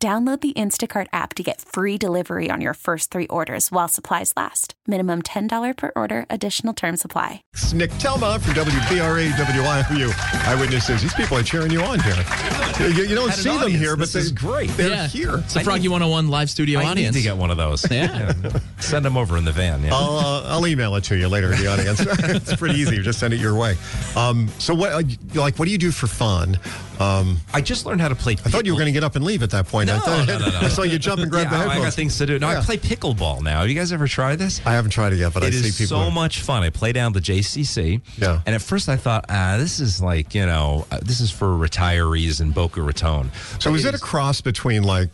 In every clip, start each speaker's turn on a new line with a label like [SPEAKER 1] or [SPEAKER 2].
[SPEAKER 1] Download the Instacart app to get free delivery on your first three orders while supplies last. Minimum $10 per order, additional term supply.
[SPEAKER 2] It's Nick Telma from WBRA WIFU Eyewitnesses. These people are cheering you on here. You, you don't
[SPEAKER 3] Had an
[SPEAKER 2] see them
[SPEAKER 3] audience.
[SPEAKER 2] here, but
[SPEAKER 3] This
[SPEAKER 2] they're
[SPEAKER 3] is great.
[SPEAKER 2] They're
[SPEAKER 3] Yeah.
[SPEAKER 2] here.
[SPEAKER 3] It's the Froggy 101 live studio
[SPEAKER 4] I
[SPEAKER 3] audience.
[SPEAKER 4] need to get one of those.
[SPEAKER 3] Yeah. Oh.
[SPEAKER 4] Send them over in the van. Yeah.
[SPEAKER 2] I'll, uh, I'll email it to you later, the audience. it's pretty easy. Just send it your way. Um, so, what uh, like, what do you do for fun? Um,
[SPEAKER 4] I just learned how to play.
[SPEAKER 2] I thought you were going to get up and leave at that point. I,
[SPEAKER 4] No,
[SPEAKER 2] thought,
[SPEAKER 4] no, no, no.
[SPEAKER 2] I saw you jump and grab the
[SPEAKER 4] yeah, I
[SPEAKER 2] headphones.
[SPEAKER 4] got things to do. No,
[SPEAKER 2] Yeah.
[SPEAKER 4] I play pickleball now. Have you guys ever tried this?
[SPEAKER 2] I haven't tried it yet, but I
[SPEAKER 4] It
[SPEAKER 2] see
[SPEAKER 4] is
[SPEAKER 2] people.
[SPEAKER 4] so much fun. I play down the JCC.
[SPEAKER 2] Yeah.
[SPEAKER 4] And at first I thought, ah, this is like, you know, uh, this is for retirees in Boca Raton.
[SPEAKER 2] so, is it a cross between like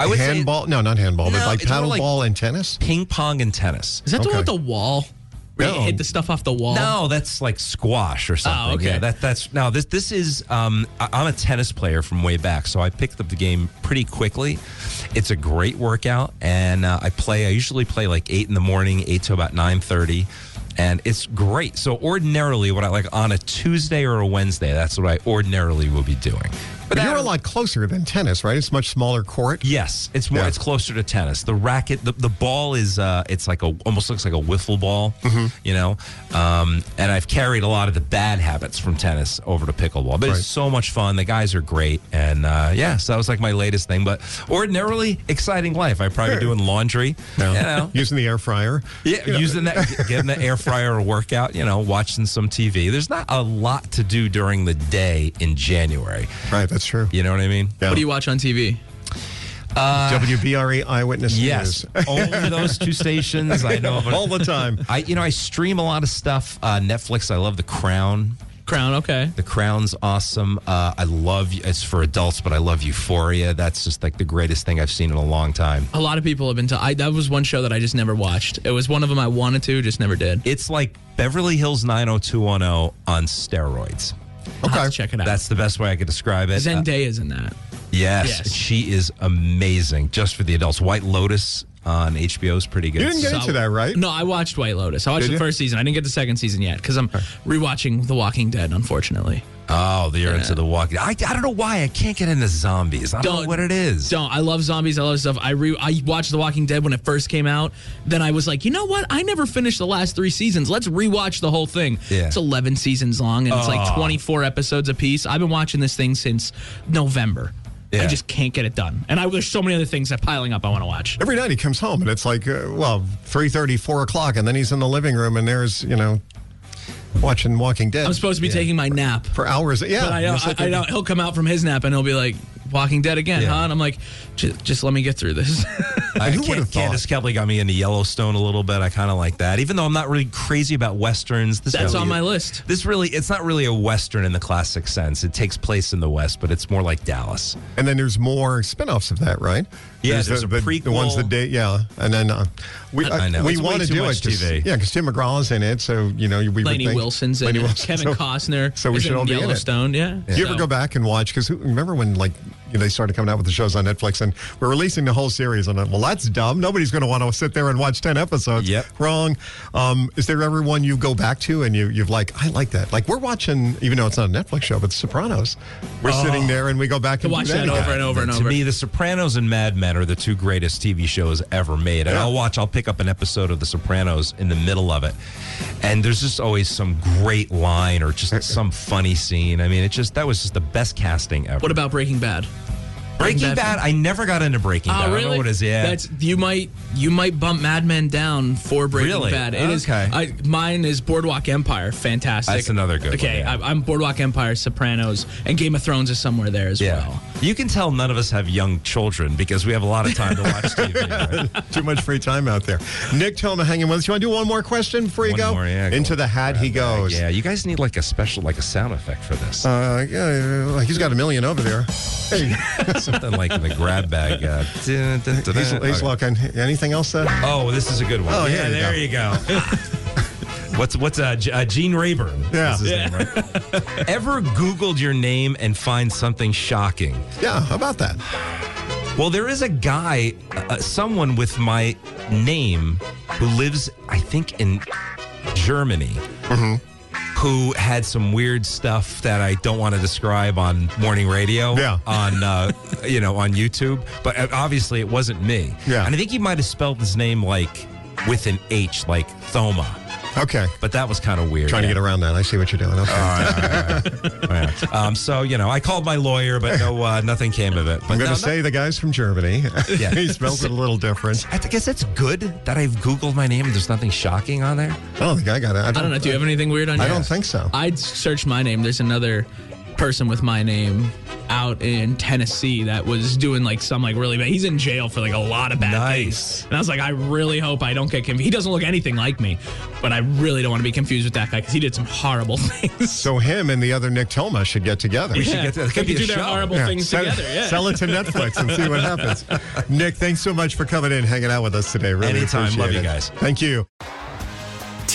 [SPEAKER 4] I would say-
[SPEAKER 2] handball? no, not handball, but
[SPEAKER 4] No,
[SPEAKER 2] like
[SPEAKER 4] it's more
[SPEAKER 2] paddle
[SPEAKER 4] like-
[SPEAKER 2] ball and tennis.
[SPEAKER 4] Ping pong and tennis.
[SPEAKER 3] Is that the
[SPEAKER 2] Okay.
[SPEAKER 3] one with the wall? Where
[SPEAKER 2] No.
[SPEAKER 3] you hit the stuff off the wall?
[SPEAKER 4] No, that's like squash or something.
[SPEAKER 3] Oh, okay.
[SPEAKER 4] Yeah, that, that's no. This this is. Um, I, I'm a tennis player from way back, so I picked up the game pretty quickly. It's a great workout, and uh, I play. I usually play like eight in the morning, eight to about nine thirty. And it's great. So ordinarily, what I like on a Tuesday or a Wednesday, that's what I ordinarily will be doing.
[SPEAKER 2] But you're
[SPEAKER 4] that-
[SPEAKER 2] a lot closer than tennis, right? It's much smaller court.
[SPEAKER 4] Yes, it's more.
[SPEAKER 2] Yeah.
[SPEAKER 4] It's closer to tennis. The racket, the, the ball is. Uh, it's like a almost looks like a wiffle ball.
[SPEAKER 2] Mm-hmm.
[SPEAKER 4] You know, um, and I've carried a lot of the bad habits from tennis over to pickleball. But
[SPEAKER 2] Right.
[SPEAKER 4] it's so much fun. The guys are great, and uh, yeah, so that was like my latest thing. But ordinarily, exciting life. I probably doing laundry.
[SPEAKER 2] No.
[SPEAKER 4] You know.
[SPEAKER 2] Using the air fryer.
[SPEAKER 4] Yeah, using that, getting the air fryer a workout, you know, watching some TV. There's not a lot to do during the day in January.
[SPEAKER 2] Right, that's true.
[SPEAKER 4] You know what I mean?
[SPEAKER 2] Yeah.
[SPEAKER 3] What do you watch on TV?
[SPEAKER 2] WBRE E Eyewitness
[SPEAKER 4] Yes,
[SPEAKER 2] News.
[SPEAKER 4] only those two stations. I know
[SPEAKER 2] All the time.
[SPEAKER 4] I you know I stream a lot of stuff. Uh, Netflix. I love The Crown.
[SPEAKER 3] Crown, okay.
[SPEAKER 4] The Crown's awesome. Uh, I love it's for adults, but I love Euphoria. That's just like the greatest thing I've seen in a long time.
[SPEAKER 3] A lot of people have been. T- I that was one show that I just never watched. It was one of them I wanted to, just never did.
[SPEAKER 4] It's like Beverly Hills 90210 on steroids.
[SPEAKER 3] I'll have
[SPEAKER 2] Okay.
[SPEAKER 3] to check it out.
[SPEAKER 4] That's the best way I could describe it. Uh,
[SPEAKER 3] Zendaya's in that.
[SPEAKER 4] yes,
[SPEAKER 3] Yes.
[SPEAKER 4] she is amazing. Just for the adults. White Lotus on HBO is pretty good.
[SPEAKER 2] You didn't get into that, right?
[SPEAKER 3] No, I watched White Lotus. I watched
[SPEAKER 2] Did
[SPEAKER 3] the
[SPEAKER 2] you?
[SPEAKER 3] first season. I didn't get the second season yet because I'm rewatching The Walking Dead. Unfortunately,
[SPEAKER 4] oh, you're into the walking. I, I don't know why I can't get into zombies. I don't, know what it is.
[SPEAKER 3] Don't. I love zombies. I love stuff. I re. I watched The Walking Dead when it first came out. Then I was like, you know what? I never finished the last three seasons. Let's rewatch the whole thing.
[SPEAKER 4] Yeah.
[SPEAKER 3] It's 11 seasons long and it's like 24 episodes a piece. I've been watching this thing since November. I
[SPEAKER 4] Yeah.
[SPEAKER 3] just can't get it done. And I, there's so many other things that piling up I want to watch.
[SPEAKER 2] Every night he comes home and it's like, uh, well, 3.30, 4 o'clock, and then he's in the living room and there's, you know, watching Walking Dead
[SPEAKER 3] I'm supposed to be taking my nap.
[SPEAKER 2] for hours. Yeah.
[SPEAKER 3] But I know,
[SPEAKER 2] It's like
[SPEAKER 3] I, I
[SPEAKER 2] a-
[SPEAKER 3] know he'll come out from his nap and he'll be like, Walking Dead again,
[SPEAKER 4] Yeah.
[SPEAKER 3] huh? And I'm like, "J- just let me get through this.
[SPEAKER 4] I
[SPEAKER 2] who would've thought?
[SPEAKER 4] Candace Kelly got me into Yellowstone a little bit. I kind of like that, even though I'm not really crazy about westerns. This
[SPEAKER 3] That's
[SPEAKER 4] really-
[SPEAKER 3] on my list.
[SPEAKER 4] This really, it's not really a western in the classic sense. It takes place in the West, but it's more like Dallas.
[SPEAKER 2] And then there's more spin-offs of that, right?
[SPEAKER 4] Yeah,
[SPEAKER 2] the,
[SPEAKER 4] there's a
[SPEAKER 2] the, the ones
[SPEAKER 4] prequel.
[SPEAKER 2] that date, yeah. And then uh, we
[SPEAKER 4] I- I know.
[SPEAKER 2] we
[SPEAKER 4] It's way
[SPEAKER 2] want to
[SPEAKER 4] too
[SPEAKER 2] do
[SPEAKER 4] much
[SPEAKER 2] it 'cause-
[SPEAKER 4] TV.
[SPEAKER 2] yeah, because Tim McGraw's in it, so you know we would
[SPEAKER 3] Lainey
[SPEAKER 2] think-
[SPEAKER 3] Wilson's in
[SPEAKER 2] Lainey
[SPEAKER 3] it.
[SPEAKER 2] Wilson,
[SPEAKER 3] Kevin
[SPEAKER 2] so-
[SPEAKER 3] Costner.
[SPEAKER 2] So we
[SPEAKER 3] is
[SPEAKER 2] should
[SPEAKER 3] in
[SPEAKER 2] all be in it.
[SPEAKER 3] Yellowstone. Yeah.
[SPEAKER 2] Do you ever
[SPEAKER 3] So-
[SPEAKER 2] go back and watch? Because remember when like you know, they started coming out with the shows on Netflix and we're releasing the whole series and I'm, well that's dumb. Nobody's going to want to sit there and watch ten episodes.
[SPEAKER 4] Yep.
[SPEAKER 2] Wrong. Um, is there ever one you go back to and you you've like I like that. Like we're watching even though it's not a Netflix show, but Sopranos. We're
[SPEAKER 4] Oh.
[SPEAKER 2] sitting there and we go back and
[SPEAKER 3] watch
[SPEAKER 2] do
[SPEAKER 3] that
[SPEAKER 2] again.
[SPEAKER 3] over and over and
[SPEAKER 4] To
[SPEAKER 3] over.
[SPEAKER 4] me, The Sopranos and Mad Men are the two greatest TV shows ever made. And
[SPEAKER 2] Yeah.
[SPEAKER 4] I'll watch, I'll pick up an episode of The Sopranos in the middle of it. And there's just always some great line or
[SPEAKER 2] Uh,
[SPEAKER 4] just some funny scene. I mean, it just, that was just the best casting ever.
[SPEAKER 3] What about Breaking Bad?
[SPEAKER 4] Breaking
[SPEAKER 3] Breaking Bad?
[SPEAKER 4] Bad? I never got into Breaking Bad. I don't know what it is. Yeah.
[SPEAKER 3] Oh, That's you might you might bump Mad Men down for Breaking
[SPEAKER 4] Really?
[SPEAKER 3] Bad. It is
[SPEAKER 4] Okay.
[SPEAKER 3] I, mine is Boardwalk Empire. Fantastic.
[SPEAKER 4] That's another good one,
[SPEAKER 3] Okay,
[SPEAKER 4] yeah.
[SPEAKER 3] I, I'm Boardwalk Empire, Sopranos, and Game of Thrones is somewhere there as
[SPEAKER 4] Yeah.
[SPEAKER 3] well.
[SPEAKER 4] You can tell none of us have young children because we have a lot of time to watch TV. right?
[SPEAKER 2] Too much free time out there. Nick Toma hanging with us. You want to do one more question before you
[SPEAKER 4] One
[SPEAKER 2] go?
[SPEAKER 4] more, yeah, go
[SPEAKER 2] Into the hat he goes.
[SPEAKER 4] Yeah, you guys need like a special, like a sound effect for this.
[SPEAKER 2] Uh, yeah, uh, he's got a million over there. Hey,
[SPEAKER 4] Something like in the grab bag. Uh, dun, dun, dun,
[SPEAKER 2] he's,
[SPEAKER 4] dun.
[SPEAKER 2] he's
[SPEAKER 4] Okay.
[SPEAKER 2] looking. Anything else? Uh,
[SPEAKER 4] Oh, this is a good one.
[SPEAKER 2] Oh,
[SPEAKER 4] yeah,
[SPEAKER 2] there
[SPEAKER 4] there
[SPEAKER 2] you
[SPEAKER 4] you go. What's what's uh, G- uh, Gene Rayburn?
[SPEAKER 2] Yeah.
[SPEAKER 4] is his name, right? Ever Googled your name and find something shocking?
[SPEAKER 2] yeah, how about that?
[SPEAKER 4] Well, there is a guy, uh, someone with my name, who lives, I think, in Germany,
[SPEAKER 2] Mm-hmm.
[SPEAKER 4] who had some weird stuff that I don't want to describe on morning radio,
[SPEAKER 2] Yeah.
[SPEAKER 4] on uh, you know on YouTube. But uh, obviously, it wasn't me.
[SPEAKER 2] Yeah.
[SPEAKER 4] and I think he might have spelled his name like with an H, like Thoma.
[SPEAKER 2] Okay.
[SPEAKER 4] But that was kind of weird.
[SPEAKER 2] Trying to
[SPEAKER 4] Yeah.
[SPEAKER 2] get around that. I see what you're doing. Okay.
[SPEAKER 4] Um, so you know, I called my lawyer, but no, uh, nothing came of it. But
[SPEAKER 2] I'm going
[SPEAKER 4] no,
[SPEAKER 2] to say the guy's from Germany.
[SPEAKER 4] Yeah.
[SPEAKER 2] he spells it a little different.
[SPEAKER 4] I guess that's good that I've Googled my name and there's nothing shocking on there.
[SPEAKER 2] I don't think I Oh, got it.
[SPEAKER 3] I don't know. Do you have anything weird on
[SPEAKER 2] I
[SPEAKER 3] your
[SPEAKER 2] don't think so.
[SPEAKER 3] I'd search my name. There's another person with my name out in Tennessee that was doing like some like really bad. He's in jail for like a lot of bad
[SPEAKER 4] Nice.
[SPEAKER 3] things. And I was like, I really hope I don't get confused. He doesn't look anything like me, but I really don't want to be confused with that guy because he did some horrible things.
[SPEAKER 2] So him and the other Nick Toma should get together.
[SPEAKER 4] should get that. That could be
[SPEAKER 3] They
[SPEAKER 4] a
[SPEAKER 3] do their
[SPEAKER 4] show.
[SPEAKER 3] horrible
[SPEAKER 2] Yeah,
[SPEAKER 3] things
[SPEAKER 2] sell,
[SPEAKER 3] together. Yeah.
[SPEAKER 2] sell it to Netflix and see what happens. Nick, thanks so much for coming in, hanging out with us today. Really
[SPEAKER 4] Anytime.
[SPEAKER 2] appreciate
[SPEAKER 4] Love
[SPEAKER 2] it.
[SPEAKER 4] you guys.
[SPEAKER 2] Thank you.